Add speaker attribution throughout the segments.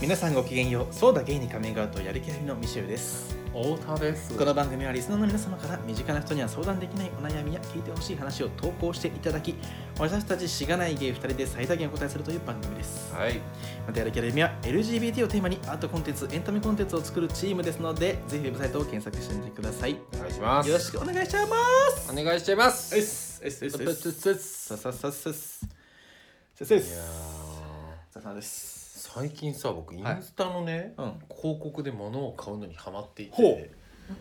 Speaker 1: 皆さんごきげんようそうだゲイにカミングアウトをやる気ありのミシェルです
Speaker 2: 太田です
Speaker 1: この番組はリスナーの皆様から身近な人には相談できないお悩みや聞いてほしい話を投稿していただき私たちしがないゲイ2人で最大限お答えするという番組です
Speaker 2: はい
Speaker 1: またやる気ありみは LGBT をテーマにアートコンテンツエンタメコンテンツを作るチームですのでぜひウェブサイトを検索してみてくださいよ
Speaker 2: お願いします
Speaker 1: ろしくお願いします
Speaker 2: お願いしちゃいます
Speaker 1: うっすうっすうっすうっす
Speaker 2: うっす
Speaker 1: ささささすささ
Speaker 2: いやー
Speaker 1: ささです
Speaker 2: 最近さ僕イン
Speaker 1: はい
Speaker 2: スタのね、
Speaker 1: うん
Speaker 2: 広告で物を買うのにハマってい
Speaker 1: ほ
Speaker 2: て
Speaker 1: う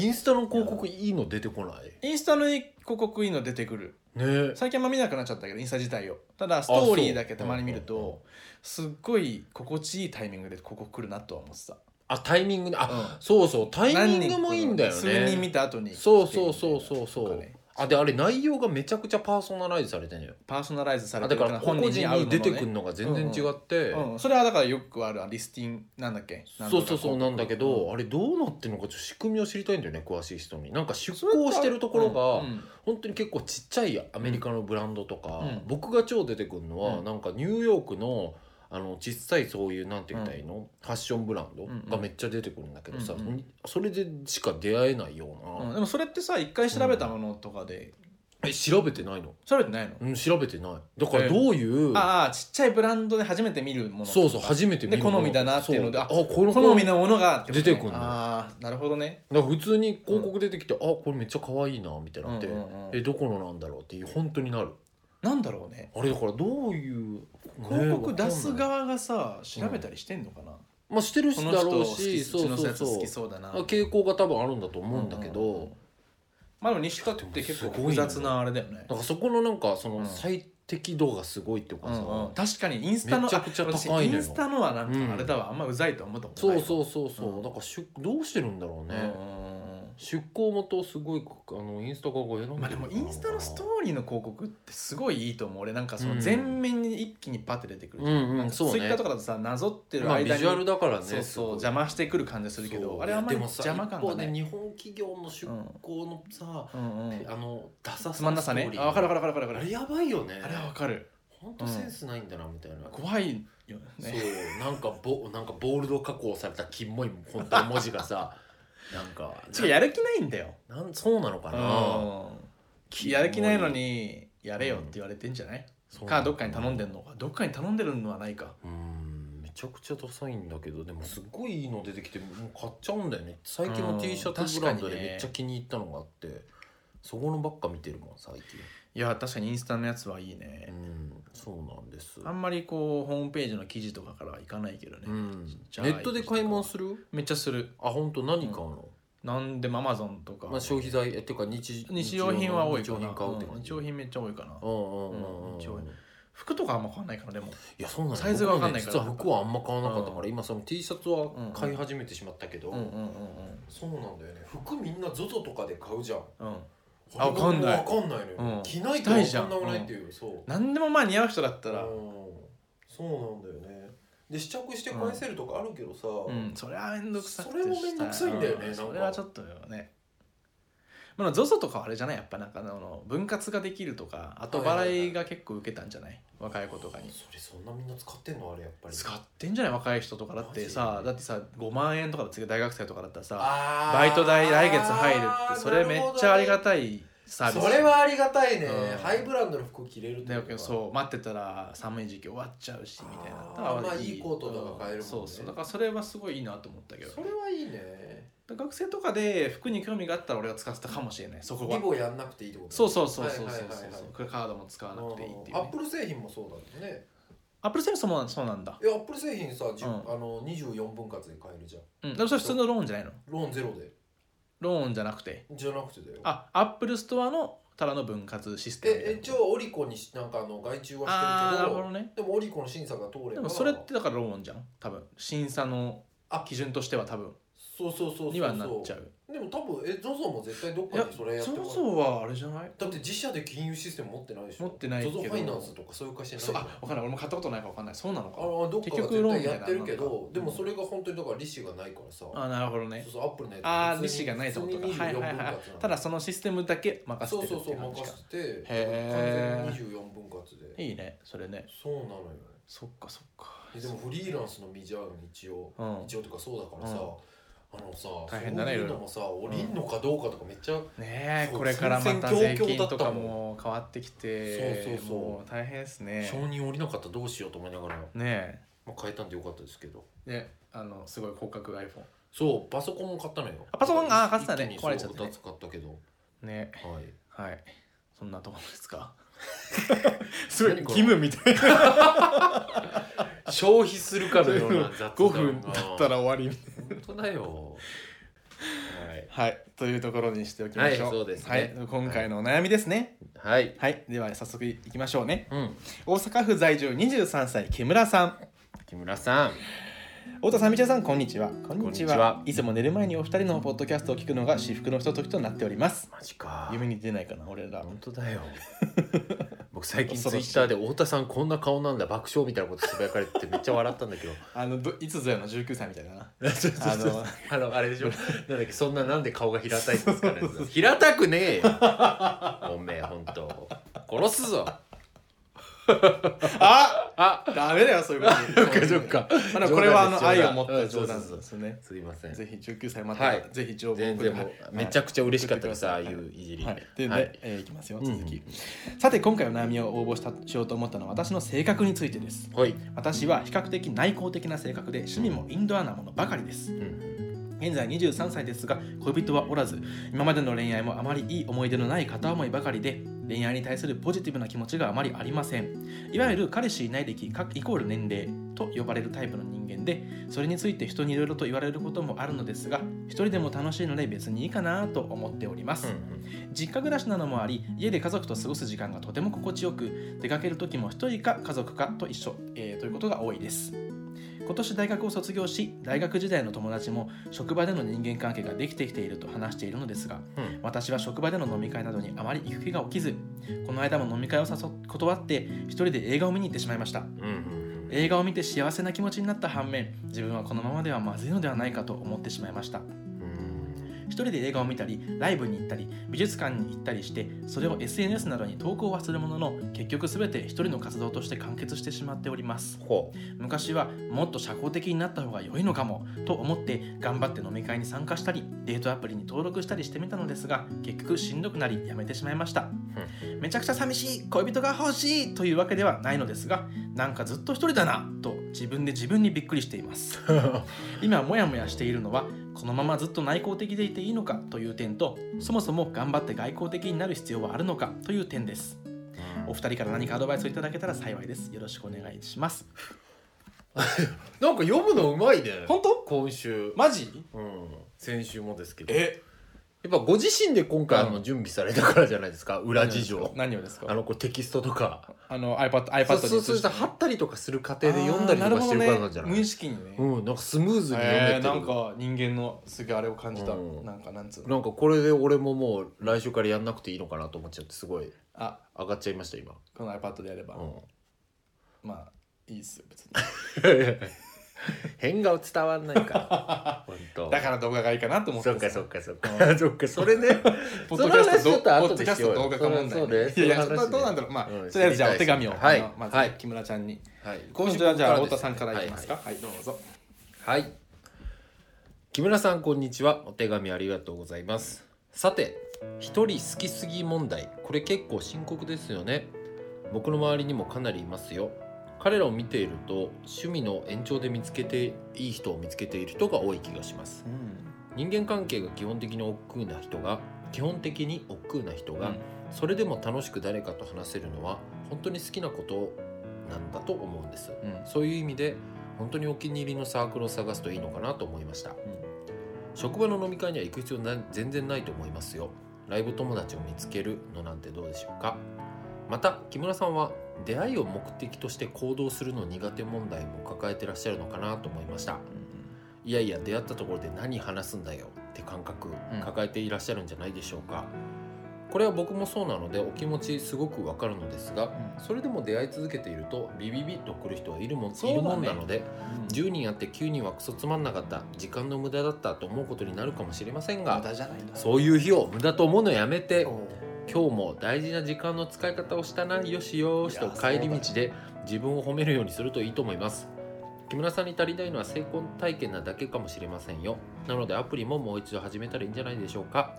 Speaker 2: インスタの広告いいの出てこない
Speaker 1: インスタの広告いいの出てくる
Speaker 2: ね
Speaker 1: 最近あんま見なくなっちゃったけどインスタ自体をただストーリーだけたまに見る
Speaker 2: うんうんうん
Speaker 1: とすっごい心地いいタイミングでここ来るなとは思ってた
Speaker 2: あタイミングねあ、
Speaker 1: うん
Speaker 2: そうそうタイミングもいいんだよね
Speaker 1: 何人か数人見た後に
Speaker 2: そうそうそうそうそ
Speaker 1: とか
Speaker 2: う、
Speaker 1: ね
Speaker 2: あであれ内容がめちゃくちゃパーソナライズされてんのよ
Speaker 1: パーソナライズされ
Speaker 2: あ
Speaker 1: て
Speaker 2: だ
Speaker 1: る
Speaker 2: から個人に出てくる
Speaker 1: の
Speaker 2: のが全然違って、
Speaker 1: ねうんそれはだからよくあるリスティングなんだっけ
Speaker 2: そうそうそうなんだけど、
Speaker 1: うん
Speaker 2: あれどうなってるのかちょっと仕組みを知りたいんだよね詳しい人になんか出向してるところが、
Speaker 1: うんうん
Speaker 2: 本当に結構ちっちゃいアメリカのブランドとか、
Speaker 1: うん
Speaker 2: 僕が超出てくるのは、
Speaker 1: うん
Speaker 2: なんかニューヨークのあの小さいそういうなんて言ったらいいの、ファッションブランド
Speaker 1: うんうん
Speaker 2: がめっちゃ出てくるんだけどさ、
Speaker 1: うんうん
Speaker 2: それでしか出会えないよう
Speaker 1: うん
Speaker 2: な、
Speaker 1: でもそれってさ一回調べたものとかで
Speaker 2: え調べてないの、
Speaker 1: 調べてないの
Speaker 2: うん、調べてないだからどういう、
Speaker 1: ああちっちゃいブランドで初めて見るもの
Speaker 2: そうそう初めて見る
Speaker 1: で好みだなっていうので
Speaker 2: そ
Speaker 1: あ
Speaker 2: あこの
Speaker 1: 好みのものがってことね
Speaker 2: 出てくんの
Speaker 1: ああなるほどね
Speaker 2: だから普通に広告出てきて、あこれめっちゃ可愛いなみたいになって、
Speaker 1: うんうんうん
Speaker 2: えどこのなんだろうっていう本当になる
Speaker 1: なんだろうね
Speaker 2: あれだからどういうねわかんな
Speaker 1: 広告出す
Speaker 2: い
Speaker 1: 側がさ調べたりしてんのかな、
Speaker 2: まあしてる
Speaker 1: こ
Speaker 2: し
Speaker 1: の
Speaker 2: だ
Speaker 1: 人
Speaker 2: ろう
Speaker 1: 好き
Speaker 2: し
Speaker 1: う
Speaker 2: そう
Speaker 1: ちの
Speaker 2: そ
Speaker 1: や
Speaker 2: う
Speaker 1: つ好き
Speaker 2: そ
Speaker 1: そうだな
Speaker 2: う傾向が多分あるんだと思うんだけど、
Speaker 1: うんうんうんまあでも西田って結構
Speaker 2: でもすご
Speaker 1: 複
Speaker 2: いね
Speaker 1: 雑なあれだよね
Speaker 2: だからそこのなんかそうの
Speaker 1: ん
Speaker 2: 最適度がすごいっていうかさ、
Speaker 1: うんうん確かにインスタの
Speaker 2: めちゃくちゃ高いのよ
Speaker 1: あ私インスタのはなん
Speaker 2: うん
Speaker 1: かあれだわ、あんまうざいとは思ったこと
Speaker 2: そ
Speaker 1: な
Speaker 2: う
Speaker 1: い
Speaker 2: そうそうそう、
Speaker 1: うん
Speaker 2: だから出どうしてるんだろうね、
Speaker 1: ね、
Speaker 2: 出向元すごいあのインスタ側が選んでるのかな
Speaker 1: まあでもインスタのストーリーの広告ってすごいいいと思う俺なんかそ
Speaker 2: う
Speaker 1: の
Speaker 2: ん
Speaker 1: 全面に一気にパッて出てくるじゃ
Speaker 2: うんうん
Speaker 1: なんか
Speaker 2: そうね
Speaker 1: ツイッターとかだとさなぞってる
Speaker 2: まあビ
Speaker 1: 間
Speaker 2: ジ
Speaker 1: に、
Speaker 2: ュアルだからね
Speaker 1: そう
Speaker 2: す
Speaker 1: そう
Speaker 2: ごい
Speaker 1: 邪魔してくる感じするけ
Speaker 2: そう
Speaker 1: どあれはあんまり
Speaker 2: いやでもさ
Speaker 1: 邪魔感が
Speaker 2: 一方で
Speaker 1: ね
Speaker 2: 日本企業の出向のさ、
Speaker 1: うんうん
Speaker 2: あのダサ
Speaker 1: つまんなさねあ分かる分かる分かる分
Speaker 2: あ
Speaker 1: か
Speaker 2: れ
Speaker 1: る
Speaker 2: やばいよね
Speaker 1: あれは分かる
Speaker 2: 本当センスないんだなみたいな、
Speaker 1: 怖いよ
Speaker 2: そう
Speaker 1: ね
Speaker 2: なんかボなんかボールド加工されたキモい本当の文字が さなんか
Speaker 1: ちょやる気ないんだよ
Speaker 2: なんそうなのかな
Speaker 1: うんやる気ないのにやれよって言われてんじゃない
Speaker 2: そうな
Speaker 1: か
Speaker 2: の
Speaker 1: どっかに頼んでんのかどっかに頼んでるのはないか
Speaker 2: うんめちゃくちゃダサいんだけどでもすっごいいいの出てきてもう買っちゃうんだよね最近の T シャ
Speaker 1: うん
Speaker 2: ツブランド
Speaker 1: 確
Speaker 2: で
Speaker 1: かにね
Speaker 2: めっちゃ気に入ったのがあって、そこのばっか見てるもん最近
Speaker 1: いや確かにインスタのやつはいいね、
Speaker 2: うんそうなんです
Speaker 1: あんまりこうホームページの記事とかからはいかないけどね、
Speaker 2: うん
Speaker 1: じゃあ
Speaker 2: ネットで買い物する
Speaker 1: めっちゃする
Speaker 2: あ本当何買うの、
Speaker 1: なんでもアマゾンとか、
Speaker 2: まあ、消費財えっていうか日
Speaker 1: 日用品は多い
Speaker 2: 日
Speaker 1: か
Speaker 2: 用
Speaker 1: な
Speaker 2: 品買うって
Speaker 1: うん
Speaker 2: 感
Speaker 1: 日
Speaker 2: じ
Speaker 1: 用品めっちゃ多いかな、
Speaker 2: うんうんうんうん
Speaker 1: 日用品服とかあんま買わないからでも
Speaker 2: いやそうなの
Speaker 1: サイズがわかんないから
Speaker 2: 僕はね実は服はあんま買わなかったから、今その T シャツは
Speaker 1: うんうん
Speaker 2: 買い始めてしまったけど、
Speaker 1: うんうんうん
Speaker 2: そうなんだよね服みんな ZOZO とかで買うじゃん
Speaker 1: うんうん
Speaker 2: あ
Speaker 1: あわかんない
Speaker 2: わかんないのよ、
Speaker 1: うん
Speaker 2: 着ないとわかんなくないっていう、そう
Speaker 1: 何でもまあ似合う人だったら
Speaker 2: うんそうなんだよねで試着して返せるとかあるけどさ、
Speaker 1: うんそれはめんどくさくて
Speaker 2: それもめんどくさいんだよね
Speaker 1: う
Speaker 2: なんか
Speaker 1: それはちょっとよねまあ ZOZO とかはあれじゃないやっぱなんかあの分割ができるとか後払いが結構受けたんじゃない若い子とかに
Speaker 2: それそんなみんな使ってんのあれやっぱり
Speaker 1: 使ってんじゃない若い人とかだって
Speaker 2: マ
Speaker 1: さ
Speaker 2: ジ
Speaker 1: だってさ5万円とかで次大学生とかだったらさ
Speaker 2: バ
Speaker 1: バイト代来月入るってそれめっちゃありが
Speaker 2: たい
Speaker 1: たいサービス
Speaker 2: それはありがたいね、
Speaker 1: うん
Speaker 2: ハイブランドの服着れるって
Speaker 1: だけど
Speaker 2: う
Speaker 1: そう待ってたら寒い時期終わっちゃうしみたいな
Speaker 2: あー
Speaker 1: だから
Speaker 2: まあいいコートとか買えるもんね
Speaker 1: うそうそうだからそれはすごいいいなと思ったけど
Speaker 2: それはいいね
Speaker 1: 学生とかで服に興味があったら俺は使ってたかもしれないそこ
Speaker 2: リ
Speaker 1: は
Speaker 2: ボやんなくていいってこと
Speaker 1: そうそうそうそうそう
Speaker 2: はい
Speaker 1: そ
Speaker 2: はいうはいはい
Speaker 1: クレカードも使わなくていいっていう
Speaker 2: アッ
Speaker 1: ね
Speaker 2: プル製品もそうだよね
Speaker 1: アップルセルスもそうなんだ
Speaker 2: えアップル製品さ、じゅ
Speaker 1: うん
Speaker 2: あの24分割で買えるじゃん
Speaker 1: うんでもそれ普通のローンじゃないの
Speaker 2: ローンゼロで
Speaker 1: ローンじゃなくて
Speaker 2: じゃなくてだよ
Speaker 1: あアップルストアのただの分割システムみた
Speaker 2: え
Speaker 1: いな
Speaker 2: 一応オリコンにしなんかあの外注は
Speaker 1: あ
Speaker 2: し
Speaker 1: あー
Speaker 2: てる
Speaker 1: な
Speaker 2: け
Speaker 1: るほ
Speaker 2: ど
Speaker 1: どね
Speaker 2: でもオリコンの審査が通れば
Speaker 1: でもそれってだからローンじゃん多分審査の
Speaker 2: あ
Speaker 1: 基準としては多分
Speaker 2: そうそうそうそう
Speaker 1: にはなっちゃ
Speaker 2: う
Speaker 1: う
Speaker 2: でも多分え ZOZO も絶対どっ
Speaker 1: い
Speaker 2: か
Speaker 1: や
Speaker 2: でそれやっても
Speaker 1: そ
Speaker 2: ら
Speaker 1: も
Speaker 2: う
Speaker 1: そもはあれじゃない
Speaker 2: だって自社で金融システム持ってないでしょ
Speaker 1: 持ってないけど
Speaker 2: ZOZO ファイナンスとかそういう会社ない
Speaker 1: そ
Speaker 2: じ
Speaker 1: う
Speaker 2: ゃん
Speaker 1: あ分かんない俺も買ったことないから分かんないそうなのか
Speaker 2: あのどっかが
Speaker 1: 結局
Speaker 2: 絶
Speaker 1: ロー
Speaker 2: 対
Speaker 1: ンみたい
Speaker 2: や
Speaker 1: な
Speaker 2: ってるけ
Speaker 1: なん
Speaker 2: ど
Speaker 1: か
Speaker 2: でもそれが本当にだから利子がないからさ、
Speaker 1: あなるほどね
Speaker 2: そうそうアップルのやつ
Speaker 1: ああ
Speaker 2: 普
Speaker 1: 利
Speaker 2: 通
Speaker 1: 子
Speaker 2: に
Speaker 1: がないってことか
Speaker 2: 普
Speaker 1: は
Speaker 2: 通
Speaker 1: い
Speaker 2: に
Speaker 1: はいはい
Speaker 2: 24分割なの
Speaker 1: はいただそのシステムだけ任
Speaker 2: そう
Speaker 1: せて
Speaker 2: そう
Speaker 1: る
Speaker 2: そ
Speaker 1: っていうう感じ
Speaker 2: 任
Speaker 1: か
Speaker 2: せて
Speaker 1: へー
Speaker 2: 完全に24分割で
Speaker 1: いいねそれね
Speaker 2: そうなのよ
Speaker 1: そっかそっか
Speaker 2: えでもフリーランスの身じゃん一応、
Speaker 1: うん
Speaker 2: 一応とかそうだからさ、あのさ
Speaker 1: 大変だね
Speaker 2: そういうのもさ降りんのかどうかとかめっちゃ、
Speaker 1: ね
Speaker 2: そ
Speaker 1: え
Speaker 2: う
Speaker 1: これからまた税
Speaker 2: 戦々恐々
Speaker 1: 金
Speaker 2: だったもん
Speaker 1: とかも変わってきて
Speaker 2: そうそうそう
Speaker 1: もう大変ですね
Speaker 2: 承認降りなかったらどうしようと思いながら、
Speaker 1: ね
Speaker 2: まあ、変えたんでよかったですけど
Speaker 1: えねあのすごい広角 iPhone
Speaker 2: そうパソコンも買ったのよ
Speaker 1: あパソコンあー買ってたね
Speaker 2: 一気に
Speaker 1: 壊れちゃって
Speaker 2: そう
Speaker 1: ね
Speaker 2: 二つ買ったけど
Speaker 1: ね
Speaker 2: はい
Speaker 1: はいそんなところです かすごい
Speaker 2: 何こ
Speaker 1: 義
Speaker 2: れ
Speaker 1: 務みたいな
Speaker 2: 消費するかのような雑談
Speaker 1: 5分だったら終わりみたい
Speaker 2: 本当だよはい
Speaker 1: なはいというところにしておきましょう
Speaker 2: はいそうですね
Speaker 1: はい今回のお悩みですね
Speaker 2: はい
Speaker 1: はいでは早速いきましょうね
Speaker 2: うん
Speaker 1: 大阪府在住23歳木村さん
Speaker 2: 木村さん
Speaker 1: 太田さんみちゃさんこんにちはこん
Speaker 2: にちはい
Speaker 1: つも寝る前にお二人のポッドキャストを聞くのが至福のひとときとなっております
Speaker 2: マジか
Speaker 1: 夢に出ないかな俺ら
Speaker 2: 本当だ よ僕最近
Speaker 1: 恐
Speaker 2: ツイ
Speaker 1: ろしい
Speaker 2: ッターで太田さんこんな顔なんだ爆笑みたいなことつぶやかれててめっちゃ笑ったん だけど
Speaker 1: あのどいつぞやの19歳みたいだ な
Speaker 2: あのあのあれでしょなんだっけそんななんで顔が平たいんですかね平たくねえよおめえ本当殺すぞ
Speaker 1: あ
Speaker 2: あ
Speaker 1: ダメだよ そういうこと
Speaker 2: そっかそっか
Speaker 1: まあこれはあ
Speaker 2: 冗
Speaker 1: の
Speaker 2: 談
Speaker 1: 愛
Speaker 2: です
Speaker 1: を
Speaker 2: う
Speaker 1: 持った冗
Speaker 2: ん
Speaker 1: 談
Speaker 2: そうそうそう
Speaker 1: ですね
Speaker 2: すいません
Speaker 1: ぜひ19歳ま
Speaker 2: はい
Speaker 1: たぜひ情報を
Speaker 2: 全
Speaker 1: 送る
Speaker 2: 然もうめちゃくちゃ嬉しかったですああ
Speaker 1: はい
Speaker 2: いういじり
Speaker 1: はい、でね、
Speaker 2: はい
Speaker 1: いえーいきますよ
Speaker 2: うん
Speaker 1: 続き、さて今回の悩みを応募したしようと思ったのは私の性格についてです
Speaker 2: はい
Speaker 1: 私は比較的内向的な性格で趣味もインドアなものばかりです
Speaker 2: うん
Speaker 1: 現在23歳ですが恋人はおらず今までの恋愛もあまりいい思い出のない片思いばかりで恋愛に対するポジティブな気持ちがあまりありませんいわゆる彼氏いない歴かイコール年齢と呼ばれるタイプの人間でそれについて人にいろいろと言われることもあるのですが一人でも楽しいので別にいいかなと思っております、実家暮らしなのもあり家で家族と過ごす時間がとても心地よく出かける時も一人か家族かと一緒、えーということが多いです今年大学を卒業し大学時代の友達も職場での人間関係ができてきていると話しているのですが
Speaker 2: うん
Speaker 1: 私は職場での飲み会などにあまり行く気が起きずこの間も飲み会を誘っ断って一人で映画を見に行ってしまいました
Speaker 2: うんうん
Speaker 1: 映画を見て幸せな気持ちになった反面自分はこのままではまずいのではないかと思ってしまいました
Speaker 2: うん
Speaker 1: 一人で映画を見たりライブに行ったり美術館に行ったりしてそれを SNS などに投稿はするものの結局全て一人の活動として完結してしまっております
Speaker 2: ほう
Speaker 1: 昔はもっと社交的になった方が良いのかもと思って頑張って飲み会に参加したりデートアプリに登録したりしてみたのですが結局しんどくなりやめてしまいましためちゃくちゃ寂しい恋人が欲しいというわけではないのですがなんかずっと一人だなと自分で自分にびっくりしています今モヤモヤしているのはこのままずっと内向的でいていいのかという点とそもそも頑張って外交的になる必要はあるのかという点ですお二人から何かアドバイスをいただけたら幸いですよろしくお願いします
Speaker 2: なんか読むのうまいね
Speaker 1: 本当
Speaker 2: 今週
Speaker 1: マジ
Speaker 2: うん先週もですけどや
Speaker 1: え
Speaker 2: っぱご自身で今回あ
Speaker 1: う
Speaker 2: の準備されたからじゃないですか裏事情
Speaker 1: 何をですか
Speaker 2: あのこうテキストとか
Speaker 1: あの iPad, iPad
Speaker 2: そう
Speaker 1: に
Speaker 2: そうそうしたら貼ったりとかする過程で読んだりとかしてるからなんじゃな
Speaker 1: 無意
Speaker 2: い
Speaker 1: 識にね、
Speaker 2: うんなんかスムーズに読
Speaker 1: え
Speaker 2: め
Speaker 1: ー
Speaker 2: て
Speaker 1: な
Speaker 2: る
Speaker 1: んか人間のすげえあれを感じた、
Speaker 2: うん
Speaker 1: なんかなんつうの
Speaker 2: なんかこれで俺ももう来週からやんなくていいのかなと思っちゃってすごい
Speaker 1: あ
Speaker 2: 上がっちゃいました今
Speaker 1: この iPad でやれば、
Speaker 2: うん
Speaker 1: まあいいっすよ別に
Speaker 2: 変顔伝わんない から。本当。
Speaker 1: だから動画がいいかなと思って
Speaker 2: そ
Speaker 1: さ
Speaker 2: っかそっかそっか。 そっかそれね。
Speaker 1: ポッドキャ
Speaker 2: その話
Speaker 1: スト
Speaker 2: ちょっと
Speaker 1: ど
Speaker 2: 後
Speaker 1: ポッド
Speaker 2: で
Speaker 1: キャ
Speaker 2: し
Speaker 1: ス
Speaker 2: よう
Speaker 1: ト
Speaker 2: よ
Speaker 1: 動画化問題
Speaker 2: そうです
Speaker 1: いやいや
Speaker 2: その話ね
Speaker 1: それはどうなんだろうまあ、
Speaker 2: うん
Speaker 1: とりあえずじゃあお手紙を、
Speaker 2: はい
Speaker 1: あのまず、
Speaker 2: はい
Speaker 1: 木村ちゃんに、
Speaker 2: はい。
Speaker 1: 今週はじゃあ
Speaker 2: 僕
Speaker 1: 太田
Speaker 2: です
Speaker 1: さ
Speaker 2: ね
Speaker 1: んからいきますか。はい、どうぞ
Speaker 2: はいはい。木村さんこんにちは。お手紙ありがとうございます。さて、一人好きすぎ問題。これ結構深刻ですよね。僕の周りにもかなりいますよ。彼らを見ていると趣味の延長で見つけていい人を見つけている人が多い気がします。人間関係が基本的に億劫な人が基本的に億劫な人が、
Speaker 1: うん
Speaker 2: それでも楽しく誰かと話せるのは本当に好きなことなんだと思うんです、
Speaker 1: うん
Speaker 2: そういう意味で本当にお気に入りのサークルを探すといいのかなと思いました職場の飲み会には行く必要な全然ないと思いますよライブ友達を見つけるのなんてどうでしょうかまた木村さんは出会いを目的として行動するの苦手問題も抱えてらっしゃるのかなと思いましたいやいや出会ったところで何話すんだよって感覚
Speaker 1: うん
Speaker 2: 抱えていらっしゃるんじゃないでしょうか、これは僕もそうなのでお気持ちすごくわかるのですが、
Speaker 1: うん
Speaker 2: それでも出会い続けているとビビビッとくる人はいるもん,、
Speaker 1: そう
Speaker 2: い
Speaker 1: だ
Speaker 2: る
Speaker 1: ね
Speaker 2: もんなので
Speaker 1: 十
Speaker 2: 10人あって9人はクソつまんなかった時間の無駄だったと思うことになるかもしれません
Speaker 1: が
Speaker 2: が
Speaker 1: じゃないんだ
Speaker 2: そういう日を無駄と思うのやめて
Speaker 1: おう
Speaker 2: 今日も大事な時間の使い方をしたなよしよしと
Speaker 1: い
Speaker 2: 帰
Speaker 1: や
Speaker 2: り道で自分を褒めるようにするといいと思います木村さんに足りないのは成婚体験なだけかもしれませんよなのでアプリももう一度始めたらいいんじゃないでしょうか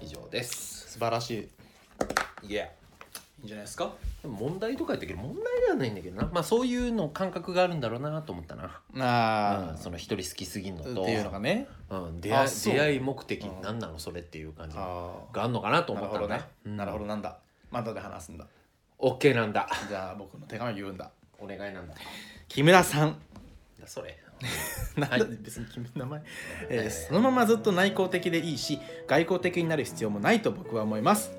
Speaker 2: 以上です
Speaker 1: 素晴らしいい
Speaker 2: いや
Speaker 1: いんじゃないですか
Speaker 2: 問題とかやったけど問題ではないんだけどなまあそういうの感覚があるんだろうなと思ったなう
Speaker 1: あ
Speaker 2: ん、その一人好きすぎるの
Speaker 1: ー
Speaker 2: と
Speaker 1: っていうのがね
Speaker 2: うん、出会い
Speaker 1: あそう
Speaker 2: 出会い目的何なのそれっていう感じが
Speaker 1: ああ
Speaker 2: あんのかなと
Speaker 1: な
Speaker 2: 思
Speaker 1: る
Speaker 2: っ
Speaker 1: ほ
Speaker 2: た
Speaker 1: ど
Speaker 2: んだ
Speaker 1: ね、なるほど
Speaker 2: ね
Speaker 1: なんだまだで話すんだ
Speaker 2: OK なんだ
Speaker 1: じゃあ僕の手紙を言うんだ
Speaker 2: お願いなんだ
Speaker 1: 木村さん
Speaker 2: だそれ
Speaker 1: なんだ
Speaker 2: はい
Speaker 1: 別に君 の名前、えーそのままずっと内向的でいいし外向的になる必要もないと僕は思います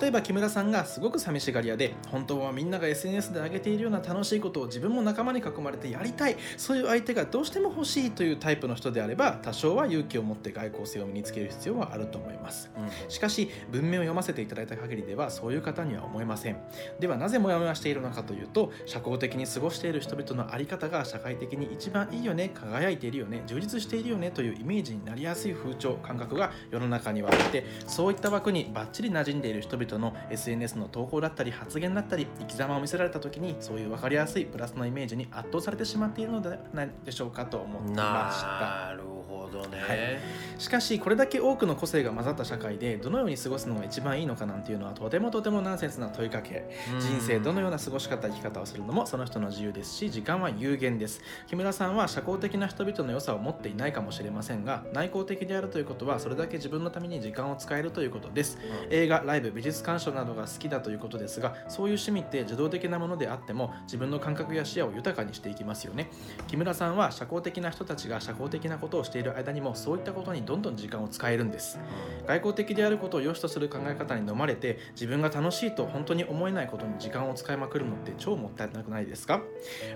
Speaker 1: 例えば木村さんがすごく寂しがり屋で本当はみんなが SNS で上げているような楽しいことを自分も仲間に囲まれてやりたいそういう相手がどうしても欲しいというタイプの人であれば多少は勇気を持って外交性を身につける必要はあると思います
Speaker 2: うん、うん
Speaker 1: しかし文面を読ませていただいた限りではそういう方には思えませんではなぜモヤモヤしているのかというと社交的に過ごしている人々の在り方が社会的に一番いいよね輝いているよね充実しているよねというイメージになりやすい風潮感覚が世の中にはあってそういった枠にバッチリ馴染んでいる人々の SNS の投稿だったり発言だったり生き様を見せられた時にそういう分かりやすいプラスのイメージに圧倒されてしまっているのではないでしょうかと思いました。
Speaker 2: なるほどね、
Speaker 1: はいしかしこれだけ多くの個性が混ざった社会でどのように過ごすのが一番いいのかなんていうのはとてもとてもナンセンスな問いかけ
Speaker 2: うん
Speaker 1: 人生どのような過ごし方生き方をするのもその人の自由ですし時間は有限です木村さんは社交的な人々の良さを持っていないかもしれませんが内向的であるということはそれだけ自分のために時間を使えるということです映画ライブ美術鑑賞などが好きだということですがそういう趣味って自動的なものであっても自分の感覚や視野を豊かにしていきますよね木村さんは社交的な人たちが社交的なことをしている間にもそういったことにどんどん時間を使えるんです外交的であることを良しとする考え方に飲まれて自分が楽しいと本当に思えないことに時間を使いまくるのって超もったいなくないですか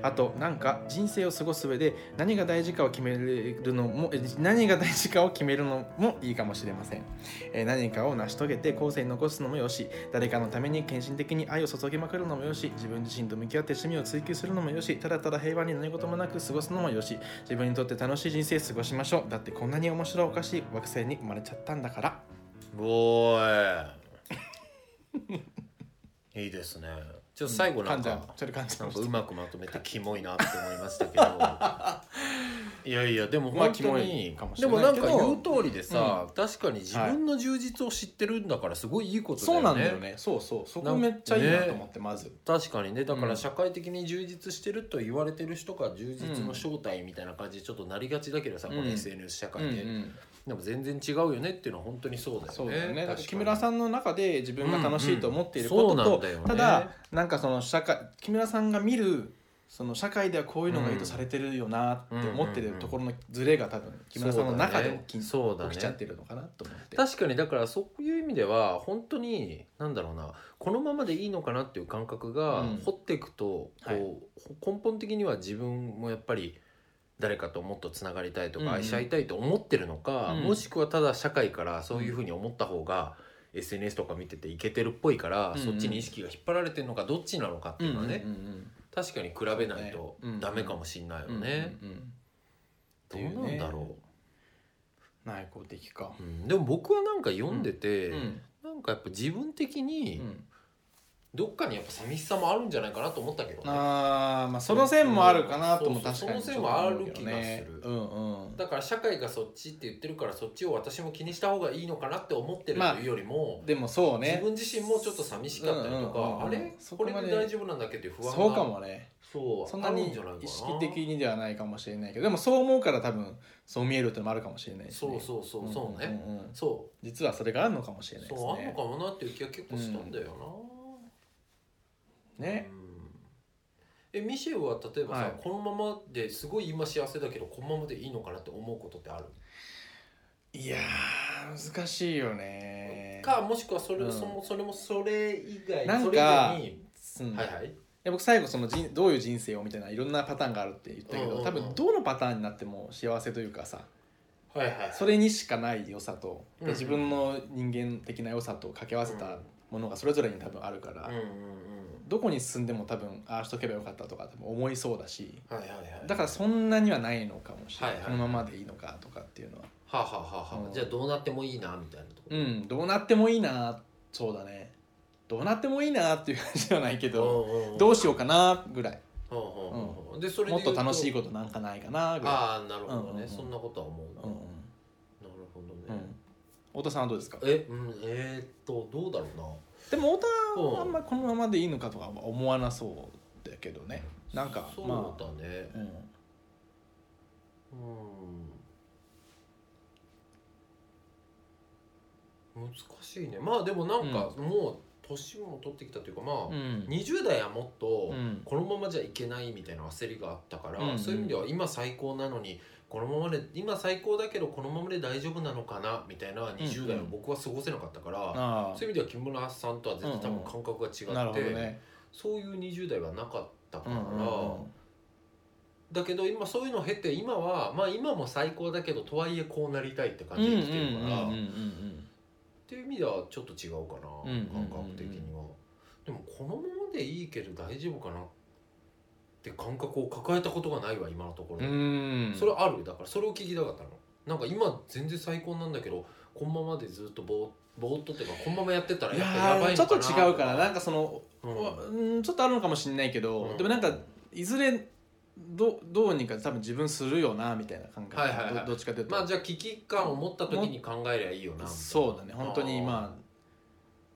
Speaker 1: あとなんか人生を過ごす上で何が大事かを決めるのも え何が大事かを決めるのもいいかもしれません、えー何かを成し遂げて後世に残すのもよし誰かのために献身的に愛を注ぎまくるのもよし自分自身と向き合って趣味を追求するのもよしただただ平和に何事もなく過ごすのもよし自分にとって楽しい人生を過ごしましょうだってこんなに面白いおかしい惑星に生まれちゃったんだから
Speaker 2: おーい いいですねちょっと最後なんか、
Speaker 1: 噛じゃうそれ感じ
Speaker 2: なんかうまくまとめてキモいなって思いましたけど いやいやでも
Speaker 1: まあ
Speaker 2: 本当
Speaker 1: キモい
Speaker 2: に、
Speaker 1: かもし
Speaker 2: で
Speaker 1: れ
Speaker 2: も
Speaker 1: ない
Speaker 2: なん
Speaker 1: け
Speaker 2: か
Speaker 1: ど
Speaker 2: 言う通りでさ、確かに自分の充実を知ってるんだからすごいいいことだ
Speaker 1: そうな
Speaker 2: よ
Speaker 1: ん
Speaker 2: ね,、
Speaker 1: だよねそうそうそこめっちゃいいなと思ってまず、
Speaker 2: 確かにねだか
Speaker 1: う
Speaker 2: ら
Speaker 1: ん
Speaker 2: 社会的に充実してると言われてる人が充実の正体みたいな感じでちょっとなりがちだけどさ、
Speaker 1: うん
Speaker 2: この SNS 社
Speaker 1: うん
Speaker 2: 会で、
Speaker 1: うん
Speaker 2: でも全然違うよねっていうのは本当にそうだよね
Speaker 1: そうだよね。だから木
Speaker 2: 確
Speaker 1: 村
Speaker 2: か
Speaker 1: さんの中で自分が楽しいと思っていること
Speaker 2: うんうんそうな
Speaker 1: と、
Speaker 2: んだよね
Speaker 1: ただなんかその社会木村さんが見るその社会ではこういうのがいいとされてるよなって思ってるところのズレが多分木村さんの中で起き,、
Speaker 2: そうだね
Speaker 1: 起きちゃってるのかなと思って。
Speaker 2: 確かにだからそういう意味では本当に何だろうなこのままでいいのかなっていう感覚が
Speaker 1: うん
Speaker 2: 掘っていくと、
Speaker 1: はい
Speaker 2: こう根本的には自分もやっぱり誰かともっとつながりたいと
Speaker 1: うんう
Speaker 2: か
Speaker 1: ん
Speaker 2: 愛し合いたいと思ってるのか、
Speaker 1: うん
Speaker 2: もしくはただ社会からそういうふうに思った方が、SNS とか見てていけてるっぽいから、
Speaker 1: うんうん
Speaker 2: そっちに意識が引っ張られてるのかどっちなのかっていうのはね、
Speaker 1: うんうん
Speaker 2: 確かに比べないと
Speaker 1: そうねうん
Speaker 2: ダメかもしんないよ
Speaker 1: うんうん
Speaker 2: ね。
Speaker 1: うんうん
Speaker 2: どうなんだろう、
Speaker 1: 内向的か。
Speaker 2: うんでも僕はなんか読んでて、
Speaker 1: うん
Speaker 2: なんかやっぱ自分的
Speaker 1: う
Speaker 2: に、
Speaker 1: ん
Speaker 2: どっかにやっぱ寂しさもあるんじゃないかなと思ったけどね、
Speaker 1: あーまあその線もあるかなとも
Speaker 2: そう
Speaker 1: 確
Speaker 2: そう
Speaker 1: かに
Speaker 2: その線もある気がする
Speaker 1: うんうん
Speaker 2: だから社会がそっちって言ってるからそっちを私も気にした方がいいのかなって思ってる
Speaker 1: まあ
Speaker 2: というよりも、
Speaker 1: でもそうね
Speaker 2: 自分自身もちょっと寂しかったりとか、
Speaker 1: うんうんうんうん
Speaker 2: あれ
Speaker 1: そ
Speaker 2: こ
Speaker 1: こ
Speaker 2: れ
Speaker 1: まで
Speaker 2: で大丈夫なんだっけっていう不安が
Speaker 1: そうかもね
Speaker 2: そう
Speaker 1: そんな
Speaker 2: ある
Speaker 1: に
Speaker 2: じゃいかな
Speaker 1: 意識的にではないかもしれないけどでもそう思うから多分そう見えるってのもあるかもしれないです
Speaker 2: そ
Speaker 1: ね
Speaker 2: うそうそううんそうね、
Speaker 1: んうん
Speaker 2: そ
Speaker 1: 実はそれがあるのかもしれ
Speaker 2: う
Speaker 1: ないで
Speaker 2: そ
Speaker 1: す
Speaker 2: うあんの
Speaker 1: ね
Speaker 2: かもなっていう気が結構したんだよな、
Speaker 1: ね
Speaker 2: うんえミシェルは例えばさ、
Speaker 1: はい
Speaker 2: このままですごい今幸せだけどこのままでいいのかなって思うことってある
Speaker 1: いやー難しいよね
Speaker 2: かもしくはそれ,、
Speaker 1: うん
Speaker 2: そもそれもそれ以外
Speaker 1: なんか
Speaker 2: それ以外に、
Speaker 1: うん
Speaker 2: はいはい
Speaker 1: で僕最後その人どういう人生をみたいないろんなパターンがあるって言ったけ
Speaker 2: うんうんう
Speaker 1: ど
Speaker 2: ん
Speaker 1: 多分どのパターンになっても幸せというかさ
Speaker 2: はいはい
Speaker 1: それにしかない良さとで
Speaker 2: うん
Speaker 1: 自分の人間的な良さと掛け合わせたものがそれぞれに多分あるから、
Speaker 2: うんうん
Speaker 1: どこに進んでも多分ああしとけばよかったとか多分思いそうだし
Speaker 2: うんはいはいはい
Speaker 1: だからそんなにはないのかもしれない、
Speaker 2: はいはい
Speaker 1: このままでいいのかとかっていうのは
Speaker 2: はあ、はあはあはあ
Speaker 1: うん
Speaker 2: じゃあどうなってもいいなみたいなとこ
Speaker 1: う
Speaker 2: ろ、
Speaker 1: んどうなってもいいなそうだねどうなってもいいなっていう感じではないけど
Speaker 2: うんうんうん
Speaker 1: どうしようかなぐらい
Speaker 2: ほうほうほうほうでそれで
Speaker 1: もっ
Speaker 2: 言
Speaker 1: と
Speaker 2: う
Speaker 1: 楽しいことなんかないかなぐらい
Speaker 2: ああなるほどね、
Speaker 1: うんうんうん
Speaker 2: そんなことは思うな、
Speaker 1: うんう
Speaker 2: なる
Speaker 1: ん
Speaker 2: ほどね、
Speaker 1: うん太田さんはどうですか
Speaker 2: えうんえー、っとどうだろうな
Speaker 1: でも太田
Speaker 2: うん
Speaker 1: はあんまこのままでいいのかとかは思わなそうだけどねなんか
Speaker 2: そう
Speaker 1: まあ
Speaker 2: だね、
Speaker 1: うん
Speaker 2: うん難しいねまあでもなんかもう年も取ってきたというかまあ、
Speaker 1: うん
Speaker 2: 20代はもっと
Speaker 1: うん
Speaker 2: このままじゃいけないみたいな焦りがあったから、
Speaker 1: うんうん
Speaker 2: そういう意味では今最高なのにこのままで今最高だけどこのままで大丈夫なのかなみたいな20代は僕は過ごせなかったから、
Speaker 1: あ
Speaker 2: そういう意味では木村さんとは全然多分感覚が違って、
Speaker 1: あなるほどね
Speaker 2: そういう20代はなかったか
Speaker 1: うん
Speaker 2: ら、
Speaker 1: うんうん
Speaker 2: だけど今そういうのを経て今はまあ今も最高だけどとはいえこうなりたいって感じで生きてるから、
Speaker 1: うんうんうん
Speaker 2: っ
Speaker 1: うん
Speaker 2: ていう意味ではちょっと違うかな、
Speaker 1: うん
Speaker 2: 感覚的には。でもこのままでいいけど大丈夫かなって感覚を抱えたことがないわ今のとこ
Speaker 1: う
Speaker 2: ろ、
Speaker 1: ん
Speaker 2: それあるだからそれを聞きたかったのなんか今全然最高なんだけどこのままでずっとぼーぼーっとっていうかこのままやってたら
Speaker 1: い
Speaker 2: や
Speaker 1: や
Speaker 2: っぱやばい
Speaker 1: ー
Speaker 2: の
Speaker 1: ちょっと
Speaker 2: かな
Speaker 1: 違うからなんかその
Speaker 2: うん
Speaker 1: うんちょっとあるのかもしれないけどでもなんかいずれどどうにか多分自分するよなみたいな感覚
Speaker 2: はいはいはい
Speaker 1: どどっちかというと
Speaker 2: まあじゃあ危機感を持った時に考えりゃいいよなみたいな
Speaker 1: そうだね本当に
Speaker 2: あ
Speaker 1: ま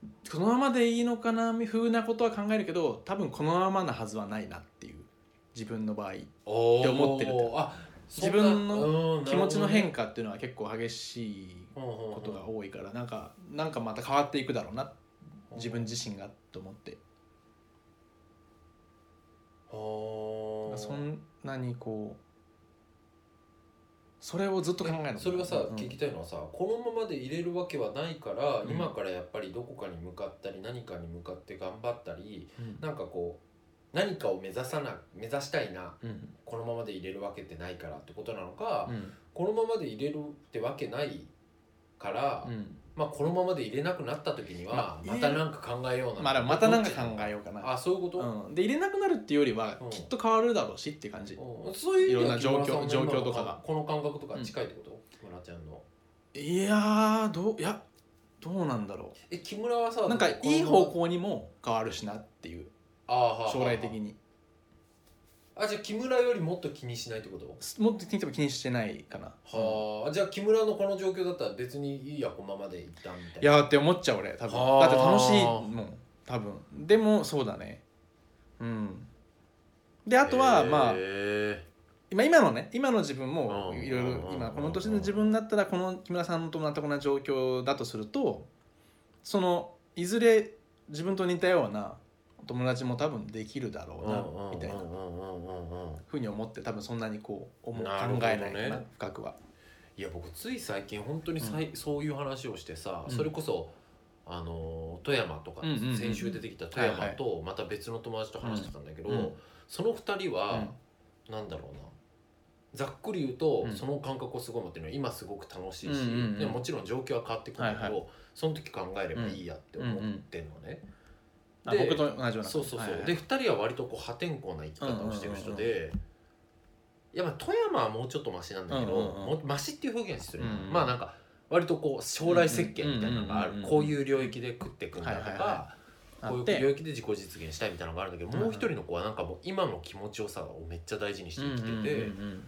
Speaker 1: あこのままでいいのかなふうなことは考えるけど多分このままなはずはないなっていう自分の場合
Speaker 2: ー
Speaker 1: って思ってる
Speaker 2: あ
Speaker 1: 自分
Speaker 2: の
Speaker 1: 気持ちの変化っていうのは結構激しいこ
Speaker 2: こと
Speaker 1: が多いからなんかなんかまた変わっていくだろうな自分自身がと思ってそんなにこうそれをずっと考えるの
Speaker 2: それはさ、
Speaker 1: うん
Speaker 2: 聞きたいのはさこのままで入れるわけはないから、
Speaker 1: うん
Speaker 2: 今からやっぱりどこかに向かったり何かに向かって頑張ったり
Speaker 1: うん
Speaker 2: なんかこう何かを目指さな目指したいな
Speaker 1: うん
Speaker 2: このままで入れるわけってないからってことなのか、
Speaker 1: うん
Speaker 2: このままで入れるってわけないから、
Speaker 1: うん
Speaker 2: まあこのままで入れなくなった時にはま
Speaker 1: まあ
Speaker 2: たなんか考えような、
Speaker 1: まあでもまたなんか考えようかな
Speaker 2: あそういうこと、
Speaker 1: うん、で入れなくなるっていうよりは
Speaker 2: うん
Speaker 1: きっと変わるだろうしって感じ、
Speaker 2: うんそういう意味ではい
Speaker 1: ろんな
Speaker 2: 木村さんの
Speaker 1: 状況
Speaker 2: 今の
Speaker 1: 状況とかが
Speaker 2: この感覚とか近いってこと、木村ちゃんの
Speaker 1: いやーどういやどうなんだろ
Speaker 2: え木村はさ
Speaker 1: うなんか
Speaker 2: この
Speaker 1: いい方向にも変わるしなっていう
Speaker 2: あーはーはー
Speaker 1: 将来的に
Speaker 2: あじゃあ木村よりもっと気にしないってこと
Speaker 1: すもっと気にしても気にしてないかな、
Speaker 2: はあじゃあ木村のこの状況だったら別にいいやこのままでいったみたいない
Speaker 1: やーって思っちゃう俺多分
Speaker 2: は
Speaker 1: だ
Speaker 2: あ
Speaker 1: って楽しいもん多分でもそうだねうんであとはまあ
Speaker 2: へ
Speaker 1: 今今のね今の自分も
Speaker 2: うん
Speaker 1: いろいろ
Speaker 2: うん
Speaker 1: 今この年の自分だったらこの木村さんと全く同じ状況だとするとそのいずれ自分と似たようなお友達も多分できるだろ
Speaker 2: ー
Speaker 1: うなみたいな
Speaker 2: うんうんうんうんうんうん
Speaker 1: ふうに思って多分そんなにこう思う考
Speaker 2: なるほどね
Speaker 1: えないかな深くは。
Speaker 2: いや僕つい最近本当にさい、そういう話をしてさ、
Speaker 1: うん
Speaker 2: それこそあのー富山とか、
Speaker 1: うんうんうん
Speaker 2: 先週出てきた富山とまた別の友達と話してたんだけど、
Speaker 1: うんうん
Speaker 2: その2人
Speaker 1: う
Speaker 2: は
Speaker 1: ん、
Speaker 2: なんだろうなざっくり言うと、
Speaker 1: うん
Speaker 2: その感覚をすごい持ってるのは今すごく楽しいし、
Speaker 1: うんうんうん
Speaker 2: でももちろん状況は変わってくるんだけど、
Speaker 1: はい
Speaker 2: その時考えればいいやって思ってんのね。
Speaker 1: あ
Speaker 2: で
Speaker 1: 僕と同じような
Speaker 2: そうそうそう、
Speaker 1: はいはい
Speaker 2: で2人は割とこう破天荒な生き方をしてる人で、いやまあ富山はもうちょっとマシなんだけど、
Speaker 1: うんうんうん
Speaker 2: もマシっていう表現する、
Speaker 1: うんうん
Speaker 2: まあなんか割とこう将来設計みたいなのがある、
Speaker 1: うんうんうんうん
Speaker 2: こういう領域で食っていくんだとか、
Speaker 1: はいはいはあっ
Speaker 2: こういう領
Speaker 1: て
Speaker 2: 域で自己実現したいみたいなのがあるんだけど、
Speaker 1: うんうん
Speaker 2: もう一人の子はなんかもう今の気持ちよさをめっちゃ大事にして生きてて、
Speaker 1: うんうんうんうん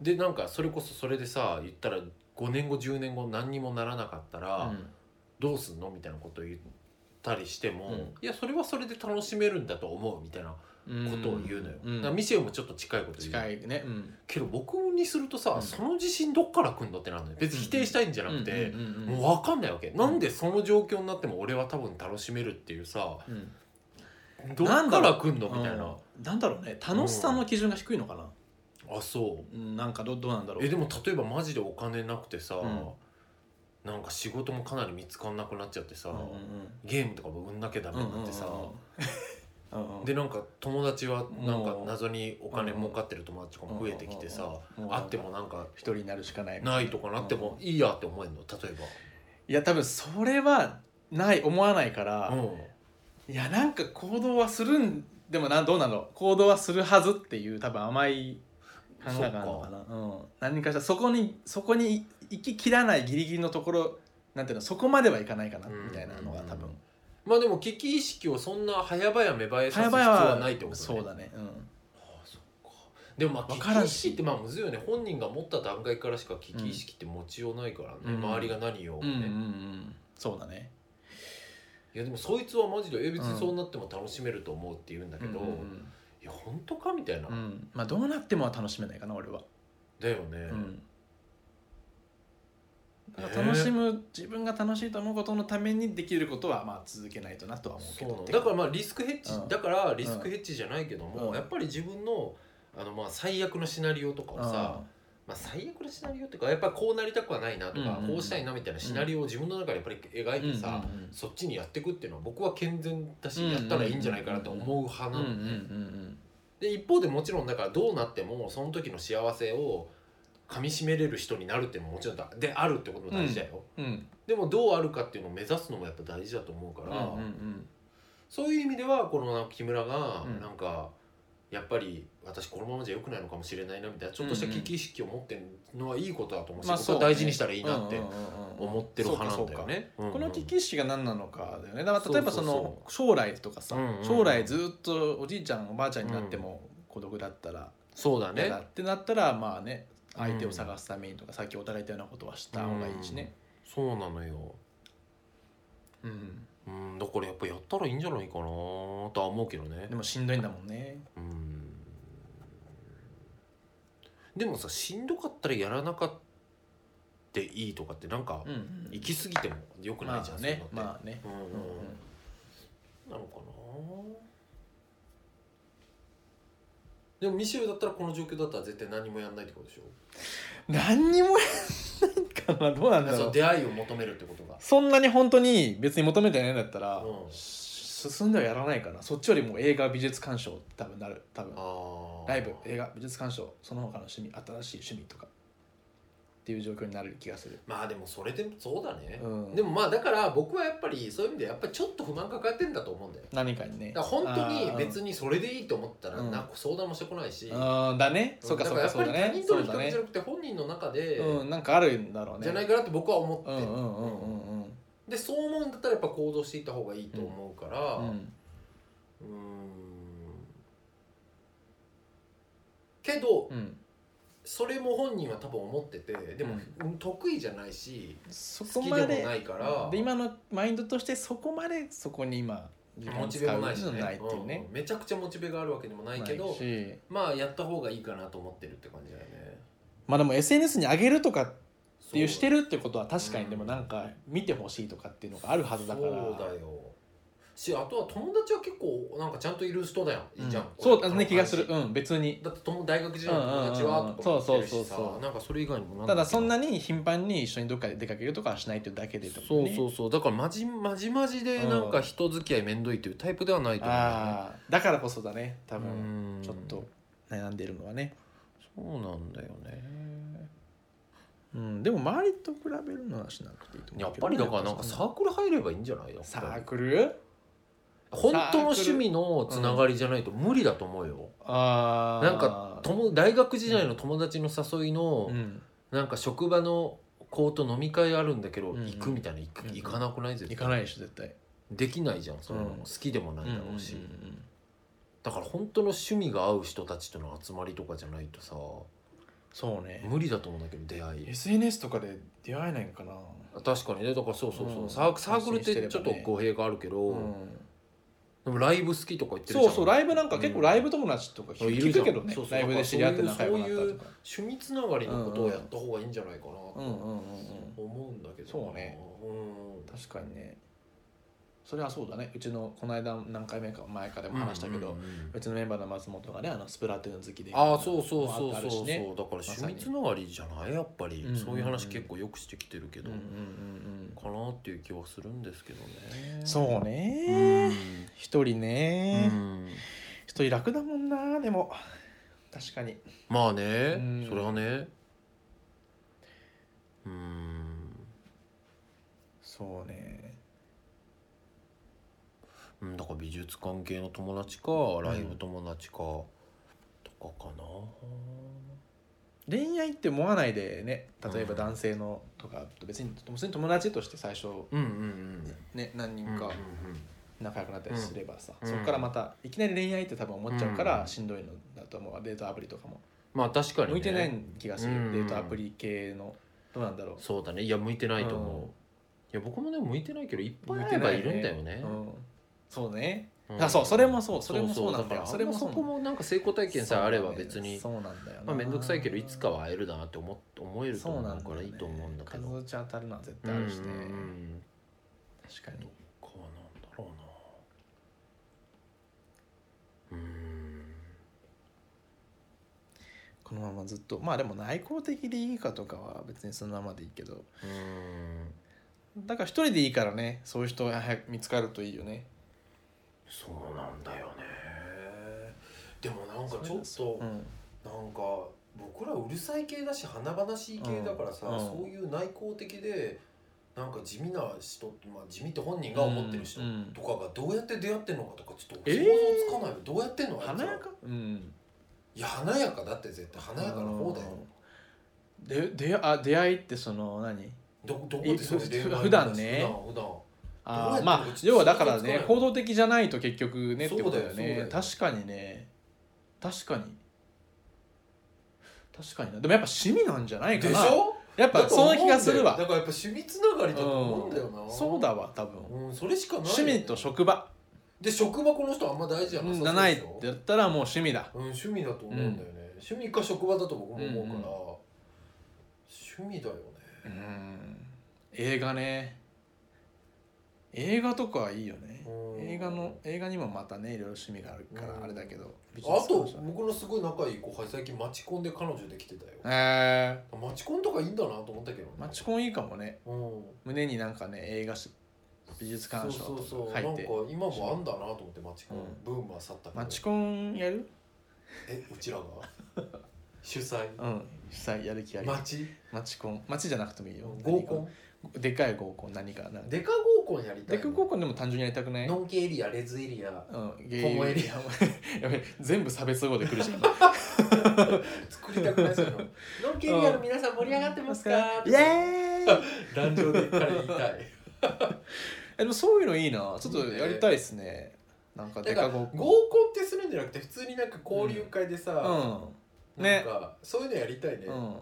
Speaker 2: でなんかそれこそそれでさ言ったら5年後10年後何にもならなかったら、どうすんのみたいなことを言ったりしても、
Speaker 1: うん
Speaker 2: いやそれはそれで楽しめるんだと思うみたいな
Speaker 1: うん
Speaker 2: ことを言うのよ、
Speaker 1: うん
Speaker 2: だからミシェルもちょっと近いこと言う
Speaker 1: 近いね、うん
Speaker 2: けど僕にするとさ、
Speaker 1: うん
Speaker 2: その自信どっから来んのってなるのよ別に否定したいんじゃなくて、
Speaker 1: うんうんうんうん
Speaker 2: もう分かんないわけ、なんでその状況になっても俺は多分楽しめるっていうさ
Speaker 1: うん
Speaker 2: どっから来んのみたいな、
Speaker 1: うんなんだろうね楽しさの基準が低いのかな、
Speaker 2: あそう
Speaker 1: うん、なんかどどうなんだろう
Speaker 2: えでも例えばマジでお金なくてさ、
Speaker 1: うん
Speaker 2: なんか仕事もかなり見つかんなくなっちゃってさ、
Speaker 1: うんうん
Speaker 2: ゲームとかも売んなきゃダメ
Speaker 1: うん
Speaker 2: になってさ、
Speaker 1: うんうんうん
Speaker 2: でなんか友達はなんか
Speaker 1: うん
Speaker 2: 謎にお金儲かってる友達とかも増えてきてさ、
Speaker 1: うん
Speaker 2: あってもなんか
Speaker 1: 一人になるしかない
Speaker 2: ないとかなってもいいやって思えるの例え
Speaker 1: いや多分それはない思わないから
Speaker 2: ば、、
Speaker 1: いやなんか行動はするんでもなどうなの行動はするはずっていう多分甘い考えがあるのかなうん、何かしらそこにそこに行ききらないギリギリのところなんていうのそこまではいかないかな、
Speaker 2: うん
Speaker 1: みたいなのが多分
Speaker 2: まあでも危機意識をそんな早々芽生えさせる必
Speaker 1: 早々
Speaker 2: 要
Speaker 1: は
Speaker 2: はないってこと
Speaker 1: そうだねうん
Speaker 2: でもまあ
Speaker 1: わ
Speaker 2: 危
Speaker 1: から
Speaker 2: 機
Speaker 1: ん
Speaker 2: 意
Speaker 1: し
Speaker 2: 識ってまあむずいよね本人が持った段階からしか危機意識って持ちようないからね、
Speaker 1: うん
Speaker 2: 周りが何を、ね
Speaker 1: うんうんうんそうだね
Speaker 2: いやでもそいつはマジで「え別にそうなっても楽しめると思う」って言うんだけど、
Speaker 1: うんうん
Speaker 2: いや本当かみたいな、
Speaker 1: うんうんまあどうなってもは楽しめないかな俺は、
Speaker 2: だよね、
Speaker 1: うん
Speaker 2: えー
Speaker 1: 楽しむ自分が楽しいと思うことのためにできることはまあ続けないとなとは思うけ
Speaker 2: そうな
Speaker 1: ど
Speaker 2: のだからまあリスクヘッジ、
Speaker 1: うん
Speaker 2: だからリスクヘッジじゃないけども、
Speaker 1: うん
Speaker 2: やっぱり自分のあのまあ最悪のシナリオとかをさ、まあ、最悪のシナリオっていうかやっぱりこうなりたくはないなとか、
Speaker 1: うんうんうん
Speaker 2: こうしたいなみたいなシナリオを自分の中でやっぱり描いてさ、
Speaker 1: うんうんうん
Speaker 2: そっちにやっていくっていうのは僕は健全だし、
Speaker 1: うんうんうん
Speaker 2: やったらいいんじゃないかなと思う派な
Speaker 1: う
Speaker 2: の、
Speaker 1: んうんうん
Speaker 2: で一方でもちろんだからどうなってもその時の幸せを噛みしめれる人になるっていうのももちろんだであるってことも大事だよ、
Speaker 1: うんうん
Speaker 2: でもどうあるかっていうのを目指すのもやっぱ大事だと思うから、
Speaker 1: うんうん
Speaker 2: そういう意味ではこの木村が
Speaker 1: うん
Speaker 2: なんか、やっぱり私このままじゃ良くないのかもしれないなみたいなちょっとした危機意識を持ってるのはいいことだと思うし、
Speaker 1: まあ
Speaker 2: 僕は
Speaker 1: そうね
Speaker 2: 大事にしたらいいなって
Speaker 1: うんうんうんうん
Speaker 2: 思ってる派なんだよね。
Speaker 1: この危
Speaker 2: 機
Speaker 1: 機意識が何なのかだよねだから例えばそ
Speaker 2: そうそう
Speaker 1: の将来とかさ
Speaker 2: うんうん
Speaker 1: 将来ずっとおじいちゃんおばあちゃんになっても孤独だったら
Speaker 2: そうだ
Speaker 1: 嫌だ
Speaker 2: ね
Speaker 1: ってなったらまあね
Speaker 2: うん
Speaker 1: 相手を探すためにとかさっきお互い言ったようなことはした方がいいしね。
Speaker 2: そうなのよ。
Speaker 1: うん
Speaker 2: うんだからやっぱやったらいいんじゃないかなとは思うけどね
Speaker 1: で。もしんどいんだもんね。
Speaker 2: うんでもさしんどかったらやらなかったいいとかってなんか
Speaker 1: うんうん
Speaker 2: 行き過ぎても良くないじゃん、
Speaker 1: まあ
Speaker 2: そ
Speaker 1: ね
Speaker 2: ういうのって
Speaker 1: まあね。
Speaker 2: うん
Speaker 1: うんうん
Speaker 2: なのかなでもミシェルだったらこの状況だったら絶対何もやんないってことでしょ
Speaker 1: 何にもやんないかなどうなんだ
Speaker 2: そ
Speaker 1: ろ
Speaker 2: の
Speaker 1: う。
Speaker 2: 出会いを求めるってことが
Speaker 1: そんなに本当に別に求めてないんだったら
Speaker 2: うん
Speaker 1: し進んではやらないかなそっちよりも映画美術鑑賞多分なる多分。
Speaker 2: あー
Speaker 1: ライブ映画美術鑑賞その他の趣味新しい趣味とかっていう状況になる気がする、
Speaker 2: まあでもそれでもそうだね、
Speaker 1: うん、
Speaker 2: でもまあだから僕はやっぱりそういう意味でやっぱりちょっと不満抱えてんだと思うんだよ
Speaker 1: 何かにね
Speaker 2: だから本当に別
Speaker 1: に
Speaker 2: にそれでいいと思ったら
Speaker 1: うん
Speaker 2: なんか相談もしてこないし、
Speaker 1: うんだねそうか
Speaker 2: だ
Speaker 1: そう
Speaker 2: からや
Speaker 1: か
Speaker 2: っ
Speaker 1: そ
Speaker 2: ぱ
Speaker 1: う
Speaker 2: り
Speaker 1: だ
Speaker 2: 他
Speaker 1: ね
Speaker 2: 人と
Speaker 1: そ
Speaker 2: の
Speaker 1: う
Speaker 2: 比
Speaker 1: だ
Speaker 2: 較じゃ
Speaker 1: ね
Speaker 2: なくて本人の中で、
Speaker 1: うんなんかあるんだろうね
Speaker 2: じゃないいかなって僕は思って
Speaker 1: うんう
Speaker 2: る、
Speaker 1: んうんうん
Speaker 2: でそう思うんだったらやっぱ行動していった方がいいと思うから、
Speaker 1: うんうん
Speaker 2: うーんけど、
Speaker 1: うん
Speaker 2: それも本人は多分思っててでも、得意じゃないし
Speaker 1: そ
Speaker 2: 好
Speaker 1: こ
Speaker 2: きで
Speaker 1: ま
Speaker 2: も
Speaker 1: で
Speaker 2: ないから
Speaker 1: で今のマインドとしてそこまでそこに今時間
Speaker 2: モ
Speaker 1: を
Speaker 2: チ
Speaker 1: 使
Speaker 2: ベも
Speaker 1: う
Speaker 2: ないし、ね
Speaker 1: ないっていうね
Speaker 2: うんうんめちゃくちゃモチベがあるわけでもないけど
Speaker 1: ないし
Speaker 2: まあやった方がいいかなと思ってるって感じだよね。
Speaker 1: まあでも SNS に上げるとかっていうして
Speaker 2: る
Speaker 1: るってことは確かにでもなんか見てほしいとかっていうのがあるはずだから
Speaker 2: そうだよしあとは友達は結構なんかちゃんといる人だよ、いいじゃん
Speaker 1: そうだね気がするうん別に
Speaker 2: だって友大学時代の友達
Speaker 1: うんうんうん
Speaker 2: は
Speaker 1: うん
Speaker 2: とかも言ってるし
Speaker 1: そうそうそう
Speaker 2: さ
Speaker 1: そう
Speaker 2: なんかそれ以外にもんだ
Speaker 1: た
Speaker 2: けど
Speaker 1: だそんなに頻繁に一緒にどっかで出かけるとかはしないというだけでってこと
Speaker 2: そう
Speaker 1: ね
Speaker 2: そうそうだからまじまじまじで
Speaker 1: うん
Speaker 2: なんか人付き合いめんどいっていうタイプではないと思うよね
Speaker 1: ああだからこそだね多分
Speaker 2: うん
Speaker 1: ちょっと悩んでるのはね
Speaker 2: そうなんだよね
Speaker 1: うんでも周りと比べるのはしなくていいと思
Speaker 2: や
Speaker 1: う
Speaker 2: っ
Speaker 1: けど
Speaker 2: ぱ
Speaker 1: ね
Speaker 2: りだからなんかサークル入ればいいんじゃないよ
Speaker 1: サークル
Speaker 2: 本当の趣味のつながりじゃないと無理だと思うよ、
Speaker 1: ああ
Speaker 2: なんか友大学時代の友達の誘いの、
Speaker 1: うん
Speaker 2: なんか職場の子と飲み会あるんだけど、
Speaker 1: うんうん
Speaker 2: 行くみたいな行く
Speaker 1: うんうん
Speaker 2: 行かなくない絶対
Speaker 1: 行かないでしょ絶対
Speaker 2: できないじゃんその、
Speaker 1: うん
Speaker 2: 好きでもないだろうし、
Speaker 1: うんうんうん
Speaker 2: だから本当の趣味が合う人たちとの集まりとかじゃないとさ
Speaker 1: そうね
Speaker 2: 無理だと思うんだけど出会い
Speaker 1: SNS とかで出会えないのかな
Speaker 2: 確かにねだからそうそうそう、
Speaker 1: うん
Speaker 2: サーサークルっ
Speaker 1: 発信してれ
Speaker 2: て
Speaker 1: ば
Speaker 2: ちょっと
Speaker 1: ね
Speaker 2: 語弊があるけど、
Speaker 1: うん
Speaker 2: でもライブ好きとか言ってるじ
Speaker 1: そ
Speaker 2: ゃ
Speaker 1: うんそうライブなんか結構ライブ友達とか
Speaker 2: うんいる
Speaker 1: 聞
Speaker 2: じゃ
Speaker 1: く
Speaker 2: ん
Speaker 1: けどね
Speaker 2: そうそう
Speaker 1: ライブで知り合って仲良くなった
Speaker 2: そうい
Speaker 1: と
Speaker 2: う
Speaker 1: か
Speaker 2: 趣味つながりのことをやった方がいいんじゃないかな
Speaker 1: うんうんうんうん
Speaker 2: と思うんだけどな
Speaker 1: そうね
Speaker 2: うん
Speaker 1: 確かにねそれはそうだねうちのこの間何回目か前かでも話したけど、う
Speaker 2: うんうんうん
Speaker 1: ちのメンバーの松本がねあのスプラトゥーン好きで
Speaker 2: ああそうそう
Speaker 1: も
Speaker 2: そう
Speaker 1: あ
Speaker 2: そ
Speaker 1: っ
Speaker 2: うそ
Speaker 1: たし
Speaker 2: う、
Speaker 1: ね
Speaker 2: だから
Speaker 1: さに
Speaker 2: 趣味つながりじゃないやっぱり、
Speaker 1: うんうんうん
Speaker 2: そういう話結構よくしてきてるけ
Speaker 1: う
Speaker 2: ど、
Speaker 1: んうんうん
Speaker 2: かなっていう気はするんですけど
Speaker 1: う
Speaker 2: ね
Speaker 1: んそう
Speaker 2: う
Speaker 1: ね
Speaker 2: ん
Speaker 1: 一人
Speaker 2: う
Speaker 1: ね
Speaker 2: ん
Speaker 1: 一人楽だもんなでも確かに
Speaker 2: まあね、
Speaker 1: うん
Speaker 2: それはねうん
Speaker 1: そうね
Speaker 2: うんだから美術関係の友達かライブ友達か、とかかな
Speaker 1: 恋愛って思わないでね例え
Speaker 2: う
Speaker 1: ば
Speaker 2: ん
Speaker 1: 男性のとか別に別に友達として最初
Speaker 2: うんうんうん
Speaker 1: ね何人か
Speaker 2: うんうんうん
Speaker 1: 仲良くなったりすればさ、
Speaker 2: うん
Speaker 1: そこからまたいきなり恋愛って多分思っちゃうか
Speaker 2: う
Speaker 1: ら
Speaker 2: ん
Speaker 1: しんどいのだと思うわデートアプリとかも
Speaker 2: まあ確かに、ね、
Speaker 1: 向いてない気がする、
Speaker 2: うん
Speaker 1: デートアプリ系のどうなんだろう
Speaker 2: そうだねいや向いてないと思う、
Speaker 1: うん
Speaker 2: いや僕もね向いてないけどいっぱいあ
Speaker 1: 向い
Speaker 2: れ
Speaker 1: て
Speaker 2: ば
Speaker 1: ない
Speaker 2: るんだよね
Speaker 1: うん、そうね、
Speaker 2: うん
Speaker 1: あそうそれもそうそれもそうなんだ
Speaker 2: か
Speaker 1: よ
Speaker 2: ら
Speaker 1: それ
Speaker 2: あ
Speaker 1: も
Speaker 2: んま
Speaker 1: そ
Speaker 2: そうこもなんか成功体験さえあれば別に、
Speaker 1: そうなんだよな
Speaker 2: まあ面倒くさいけどいつかは会えるだなって思思えると
Speaker 1: そう
Speaker 2: 思
Speaker 1: なん
Speaker 2: う
Speaker 1: だ
Speaker 2: か
Speaker 1: よ
Speaker 2: ら
Speaker 1: ね
Speaker 2: いいと思うんだけど
Speaker 1: 数打ち当たるのは絶対あるしね、
Speaker 2: うんうんうん
Speaker 1: 確かに
Speaker 2: こうなんだろうなうーん
Speaker 1: このままずっとまあでも内向的でいいかとかは別にそのままでいいけど
Speaker 2: うーん
Speaker 1: だから一人でいいからねそういう人が早く見つかるといいよね
Speaker 2: そうなんだよねでもなんかちょっと
Speaker 1: うん
Speaker 2: なんか僕らうるさい系だし華々しい系だからさ、
Speaker 1: うん
Speaker 2: そういう内向的でなんか地味な人って、まあ、地味って本人が思ってる人
Speaker 1: うん
Speaker 2: とかがどうやって出会ってんのかとかちょっと
Speaker 1: え
Speaker 2: 想
Speaker 1: ー
Speaker 2: 像つかないよ、どうやってんのあいつ
Speaker 1: 華
Speaker 2: ら
Speaker 1: やかうん
Speaker 2: いや華やかだって絶対華やかな方だよ
Speaker 1: でであ出会いってその何
Speaker 2: どどこでそれ
Speaker 1: え
Speaker 2: 恋愛話
Speaker 1: ふ普段ね
Speaker 2: 普段普段
Speaker 1: あ
Speaker 2: どうやって
Speaker 1: ーまあ
Speaker 2: うち
Speaker 1: 要はだから
Speaker 2: そういう
Speaker 1: ね
Speaker 2: こと
Speaker 1: 行動的じゃないと結局ねってことだよ
Speaker 2: そうだよ
Speaker 1: ね
Speaker 2: そうだよ
Speaker 1: 確かにね確かに確かになでもやっぱ趣味なんじゃないか
Speaker 2: でし
Speaker 1: な
Speaker 2: ょ
Speaker 1: やっぱ
Speaker 2: だと思
Speaker 1: そ
Speaker 2: うん
Speaker 1: の
Speaker 2: だよ
Speaker 1: 気がするわ
Speaker 2: だからやっぱ趣味つながりだと思うんだよな、
Speaker 1: うんそうだわ多
Speaker 2: う
Speaker 1: 分
Speaker 2: んそれしかないよね、
Speaker 1: 趣味と職場
Speaker 2: で職場この人あんま大事や
Speaker 1: うん
Speaker 2: な
Speaker 1: じゃ
Speaker 2: さ
Speaker 1: ないっ
Speaker 2: そうでしょ
Speaker 1: てやったらもう趣味だ
Speaker 2: うん、趣味だと思うんだよね、趣味か職場だと僕も思うから、
Speaker 1: うんうん
Speaker 2: 趣味だよね
Speaker 1: うん映画ね映画とかはいいよね
Speaker 2: うん
Speaker 1: 映画の映画にもまたねいろいろ趣味があるか
Speaker 2: うん
Speaker 1: らあれだけど
Speaker 2: あと僕のすごい仲いい後輩最近マチコンで彼女できてたよ
Speaker 1: ええ
Speaker 2: マチコンとかいいんだなと思ったけどね
Speaker 1: マチコンいいかもね
Speaker 2: うん
Speaker 1: 胸になんかね映画し美術
Speaker 2: そ
Speaker 1: 鑑
Speaker 2: う
Speaker 1: 賞
Speaker 2: そう
Speaker 1: と
Speaker 2: そう
Speaker 1: か
Speaker 2: なん
Speaker 1: 書い
Speaker 2: か
Speaker 1: て
Speaker 2: 今もあんだなと思ってマチコン、
Speaker 1: うん
Speaker 2: ブームは去ったけど
Speaker 1: マチコンやる
Speaker 2: えうち らが主催
Speaker 1: うん主催やる気あり
Speaker 2: マチ
Speaker 1: マチコンマチじゃなくてもいいよ
Speaker 2: 合コ
Speaker 1: ンでかい合コン何かなん
Speaker 2: ン
Speaker 1: か
Speaker 2: デカ合コンやりたい
Speaker 1: で
Speaker 2: な
Speaker 1: かい合コンでも単純にやりたくない
Speaker 2: ノンケエリアレズエリア
Speaker 1: うん、
Speaker 2: ホモエリア
Speaker 1: やべやべ全部差別語で来るじゃん
Speaker 2: 作りたくない そういうのノンケエリアの皆さん盛り上がってますか
Speaker 1: イエーイ
Speaker 2: 壇上でから言いたい
Speaker 1: えでもそういうのいいなちょっとやりたいですねなんか
Speaker 2: だ
Speaker 1: デ
Speaker 2: か
Speaker 1: カ
Speaker 2: ら
Speaker 1: 合
Speaker 2: 合
Speaker 1: コン
Speaker 2: コンってするんじゃなくて普通になんか交流会でさ、
Speaker 1: うん
Speaker 2: なん
Speaker 1: ね
Speaker 2: かそういうのやりたいね、
Speaker 1: うん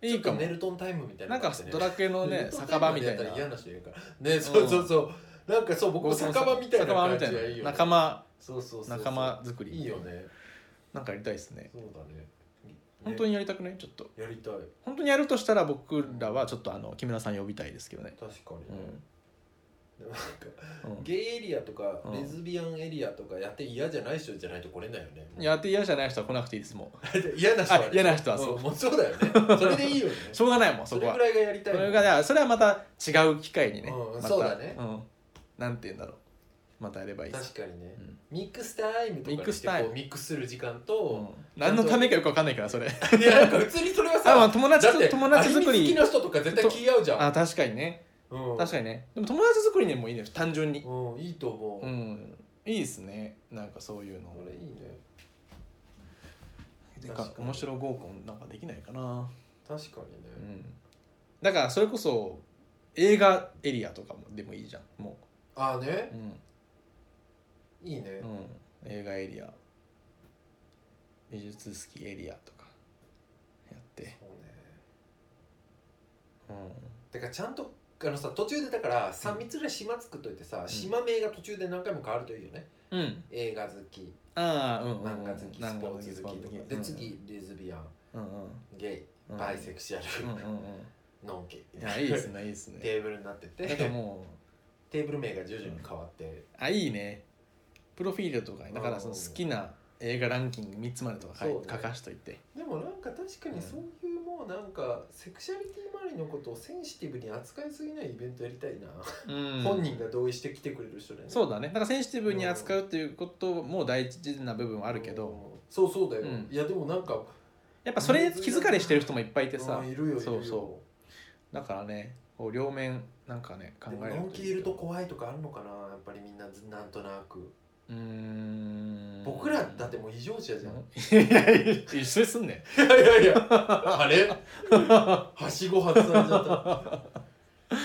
Speaker 2: ち
Speaker 1: い
Speaker 2: ょっ
Speaker 1: い
Speaker 2: と
Speaker 1: かも
Speaker 2: メルトンタイムみたい
Speaker 1: な
Speaker 2: なん
Speaker 1: かドラクエのね酒場み
Speaker 2: メ
Speaker 1: たいな
Speaker 2: ルトンタイムでやったら嫌な人いるからねそうそうそう、なんかそう僕も酒場みたいな感じが
Speaker 1: 酒場みた
Speaker 2: いいよ、ね、
Speaker 1: 仲間
Speaker 2: そうそうそうそう
Speaker 1: 仲間作り
Speaker 2: いいよね
Speaker 1: なんかやりたいですね
Speaker 2: そうだねね
Speaker 1: 本当にやりたくないちょっと
Speaker 2: やりたい
Speaker 1: 本当にやるとしたら僕らはちょっとあの木村さん呼びたいですけどね
Speaker 2: 確かにね、
Speaker 1: うん
Speaker 2: でもなんか
Speaker 1: うん
Speaker 2: ゲイエリアとか
Speaker 1: うん
Speaker 2: レズビアンエリアとかやって嫌じゃない人じゃないと来れないよね
Speaker 1: やって嫌じゃない人は来なくていいですもう
Speaker 2: 嫌な人はね
Speaker 1: あ嫌な人はそうん
Speaker 2: もうそうだよねそれでいいよ ね
Speaker 1: しょうがないもん
Speaker 2: そ
Speaker 1: そこ
Speaker 2: れ
Speaker 1: は
Speaker 2: ぐらいがやりたいよ
Speaker 1: そ
Speaker 2: ね
Speaker 1: れがねそれはまた違う機会にね、
Speaker 2: うん
Speaker 1: また
Speaker 2: そうだね
Speaker 1: ん、なんて言うんだろうまたやればいいです
Speaker 2: 確かにね
Speaker 1: うん
Speaker 2: ミックスタイムとかにして
Speaker 1: ミックスタイム
Speaker 2: こうミックスする時間
Speaker 1: う
Speaker 2: と
Speaker 1: ん、何のためかよくわかんないから それあ、
Speaker 2: いやなんか普通にそれはさ
Speaker 1: まあ、友達
Speaker 2: だって
Speaker 1: と友達作
Speaker 2: アニメ
Speaker 1: り
Speaker 2: 好きな人とか絶対気合うじゃん
Speaker 1: あ確かにね
Speaker 2: うん
Speaker 1: 確かにねでも友達作りにもいいね単純に
Speaker 2: うんいいと思う
Speaker 1: う
Speaker 2: ん
Speaker 1: いいですねなんかそういうの
Speaker 2: これいいね
Speaker 1: てか
Speaker 2: 確かに
Speaker 1: 面白合コンなんかできないかな
Speaker 2: 確かに
Speaker 1: う
Speaker 2: ね
Speaker 1: んだからそれこそ映画エリアとかもでもいいじゃんも
Speaker 2: ああね
Speaker 1: ううん
Speaker 2: いいね
Speaker 1: うん、映画エリア美術好きエリアとかやって、
Speaker 2: そうね
Speaker 1: うん、
Speaker 2: だからちゃんとあのさ途中でだからさ3つぐらい島作っといてさ島名が途中で何回も変わるといいよね
Speaker 1: うん
Speaker 2: 映画好き
Speaker 1: ああうんうん
Speaker 2: 漫画好きスポーツ好きとかで
Speaker 1: うん
Speaker 2: 次レズビアン
Speaker 1: うん
Speaker 2: ゲイ
Speaker 1: うん
Speaker 2: バイセクシュ
Speaker 1: うん
Speaker 2: ア
Speaker 1: う
Speaker 2: ル
Speaker 1: んうん
Speaker 2: ノンケ
Speaker 1: うんいやいいですねいいですね
Speaker 2: テーブルになってて
Speaker 1: なんかもう
Speaker 2: テーブル名が徐々に変わって
Speaker 1: あいいねプロフィールとかにだからその
Speaker 2: うん
Speaker 1: 好きな映画ランキング3つまでとか書い
Speaker 2: そうね
Speaker 1: 書かしといて
Speaker 2: でもなんか確かにそういうもうなんかセクシャリティ周りのことをセンシティブに扱いすぎないイベントやりたいな、
Speaker 1: うん
Speaker 2: 本人が同意して来てくれる人だよね
Speaker 1: そうだねだからセンシティブに扱うっていうことも大事な部分はあ
Speaker 2: あ
Speaker 1: るけど、
Speaker 2: そうそうだよ、
Speaker 1: うん
Speaker 2: いやでもなんか
Speaker 1: やっぱそれ気疲れしてる人もいっぱいいてさ、
Speaker 2: うんいるよいるよ
Speaker 1: そうそだからねこう両面なんかね考
Speaker 2: でも
Speaker 1: える
Speaker 2: のんきいると
Speaker 1: う
Speaker 2: 怖いとかあるのかなやっぱりみんなずなんとなく
Speaker 1: ーん
Speaker 2: 僕らだってもう異常者じゃん、
Speaker 1: いやいや一緒にすんね
Speaker 2: いやいやいやあれはしご外されちゃった
Speaker 1: ん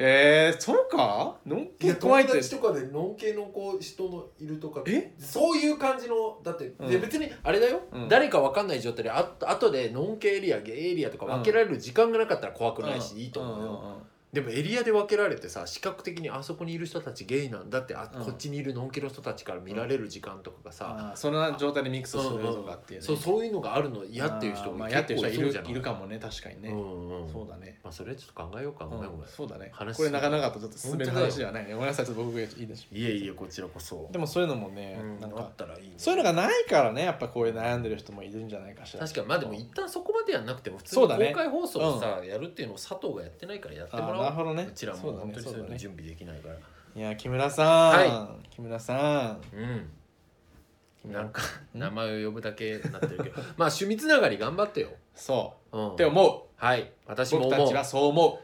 Speaker 1: えー、そうかのんけ怖いって
Speaker 2: 友達とかでのんけのこう人のいるとか
Speaker 1: え
Speaker 2: そういう感じのだって、
Speaker 1: うん
Speaker 2: で別にあれだよ、
Speaker 1: うん
Speaker 2: 誰かわかんない状態でああとでのんけエリアゲイエリアとか分けられる時間がなかったら怖くないし、いいと思うよ、でもエリアで分けられてさ視覚的にあそこにいる人たちゲイなんだってあ、
Speaker 1: うん
Speaker 2: こっちにいるのんけの人たちから見られる時間とかがさ、
Speaker 1: あーその状態でミックスするとかっていう、ね
Speaker 2: そうそういうのがあるの嫌っていう
Speaker 1: あ
Speaker 2: 人
Speaker 1: ーま
Speaker 2: も
Speaker 1: あ、
Speaker 2: 結
Speaker 1: やってる
Speaker 2: 構
Speaker 1: 人はい
Speaker 2: るんじゃ
Speaker 1: る
Speaker 2: ない
Speaker 1: いるかもね確かにね、
Speaker 2: うんうん、
Speaker 1: そうだね
Speaker 2: まあそれはちょっと考えようかごめんごめん、
Speaker 1: うんそうだね
Speaker 2: 話
Speaker 1: これなかなかとちょっと進める
Speaker 2: 本当だよ
Speaker 1: 話じゃないねごめんなさいちょっと僕がいいでしょ
Speaker 2: いえいえこちらこそ
Speaker 1: でもそういうのもね、
Speaker 2: うん
Speaker 1: なん
Speaker 2: あ
Speaker 1: か
Speaker 2: ったらいいね
Speaker 1: そういうのがないからねやっぱこういう悩んでる人もいるんじゃないかしら
Speaker 2: 確かにまあでも一旦そこまでやんなくても普通
Speaker 1: そ
Speaker 2: に
Speaker 1: うだね
Speaker 2: 公開放送をさ、やるっていうのを佐藤がやってないからやってもらおう
Speaker 1: あーなるほどね
Speaker 2: うちらも
Speaker 1: そうだね
Speaker 2: 本当にそういう
Speaker 1: そうだ
Speaker 2: の
Speaker 1: ね
Speaker 2: 準備できないからう,、
Speaker 1: いや木村さん、
Speaker 2: は
Speaker 1: 木村さん
Speaker 2: んなんか
Speaker 1: うん
Speaker 2: 名前を呼ぶだけになってるけど まあ趣味つながり頑張ってよ、
Speaker 1: そうう、
Speaker 2: ん、
Speaker 1: って思
Speaker 2: はい私
Speaker 1: う
Speaker 2: も
Speaker 1: 僕
Speaker 2: 思う
Speaker 1: たちはそう思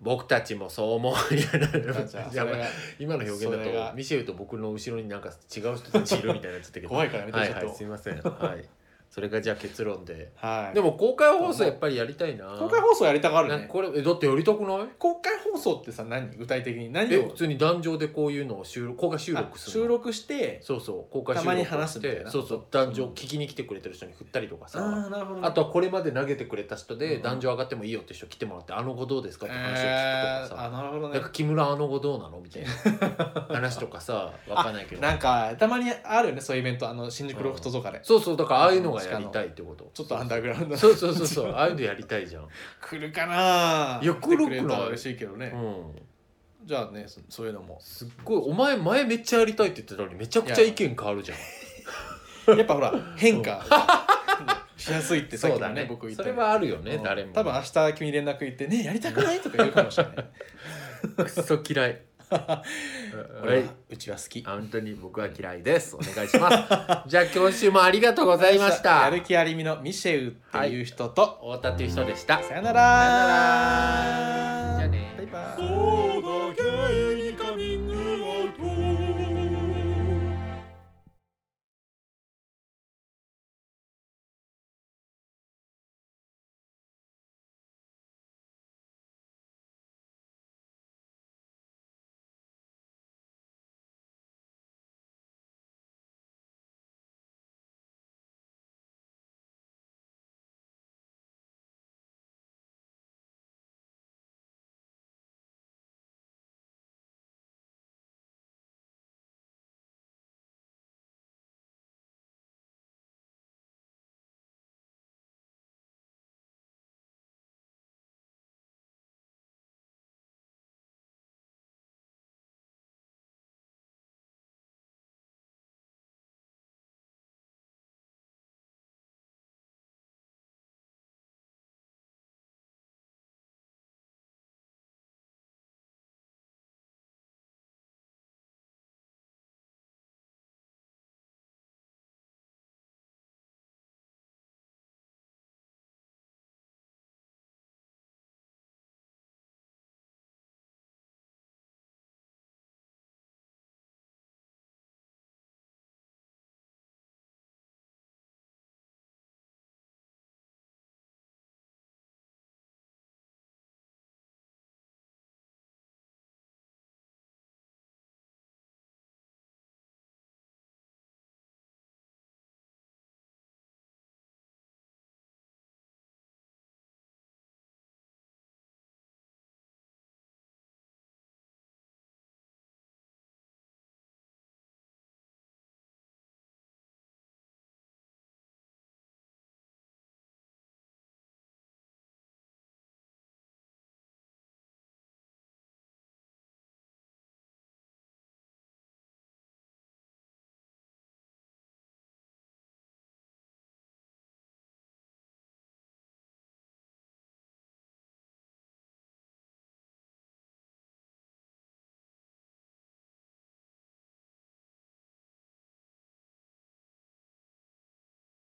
Speaker 2: 僕たちもそう思ういや
Speaker 1: うじ ゃあ
Speaker 2: や
Speaker 1: それ
Speaker 2: ばい
Speaker 1: が
Speaker 2: 今の表現
Speaker 1: それ
Speaker 2: だ
Speaker 1: が
Speaker 2: とミシェルと僕の後ろになんか違う人たちいるみたいになっちゃったけど
Speaker 1: 怖いからやめて
Speaker 2: はい
Speaker 1: ちょっ
Speaker 2: はい
Speaker 1: と
Speaker 2: すいませんはいそれがじゃあ結論で
Speaker 1: はい
Speaker 2: でも公開放送やっぱりやりたいな
Speaker 1: 公開放送やりたがる
Speaker 2: なん
Speaker 1: ね
Speaker 2: かこれえだってやりたくない
Speaker 1: 公開放送ってさ何具体的に何
Speaker 2: え
Speaker 1: を
Speaker 2: 普通に壇上でこういうのを収録公開収
Speaker 1: あ
Speaker 2: 録するの
Speaker 1: 収録して
Speaker 2: そうそう公開収録
Speaker 1: たまに話すみたいな
Speaker 2: してそうそう壇上聞きに来てくれてる人に振ったりとかさ
Speaker 1: あーなるほどね
Speaker 2: あとはこれまで投げてくれた人
Speaker 1: う
Speaker 2: で
Speaker 1: ん
Speaker 2: 壇上上がってもいいよって人来てもらってあの後どうですかって話を聞
Speaker 1: え
Speaker 2: くと
Speaker 1: ー
Speaker 2: か
Speaker 1: あ
Speaker 2: さ
Speaker 1: なるほど
Speaker 2: な
Speaker 1: ね
Speaker 2: んか木村あの後どうなのみたいな話とか さわかんないけど
Speaker 1: なんかたまにあるよねそういうイベントあの新宿ロフトとかで、
Speaker 2: そうそうだからああいうのがやりたいってこと
Speaker 1: ちょっとアンダーグラウンドな
Speaker 2: そうそうそうそうああいうのやりたいじゃん
Speaker 1: 来るかない
Speaker 2: や来るくない
Speaker 1: 来てれたら嬉しいけどね
Speaker 2: う、ん
Speaker 1: じゃあねそそういうのも
Speaker 2: すっごいお前前めっちゃやりたいって言ってたのにめちゃくちゃ意見変わるじゃん
Speaker 1: やっぱほら変化 しやすいってさっきもね僕言った
Speaker 2: それ
Speaker 1: ように
Speaker 2: はあるよね、
Speaker 1: うん
Speaker 2: 誰も
Speaker 1: 多分明日君に連絡行って「ねやりたくない?」とか言うかもしれない
Speaker 2: くっそ嫌いは
Speaker 1: 俺
Speaker 2: い
Speaker 1: はうちは好き
Speaker 2: 本当に僕は嫌いですお願いします じゃあ今週もありがとうございました
Speaker 1: やる気ありみのミシェウっていう人と、
Speaker 2: 太田っていう人でした
Speaker 1: さよ
Speaker 2: さよな
Speaker 1: なら
Speaker 2: じゃあね
Speaker 1: バイバイ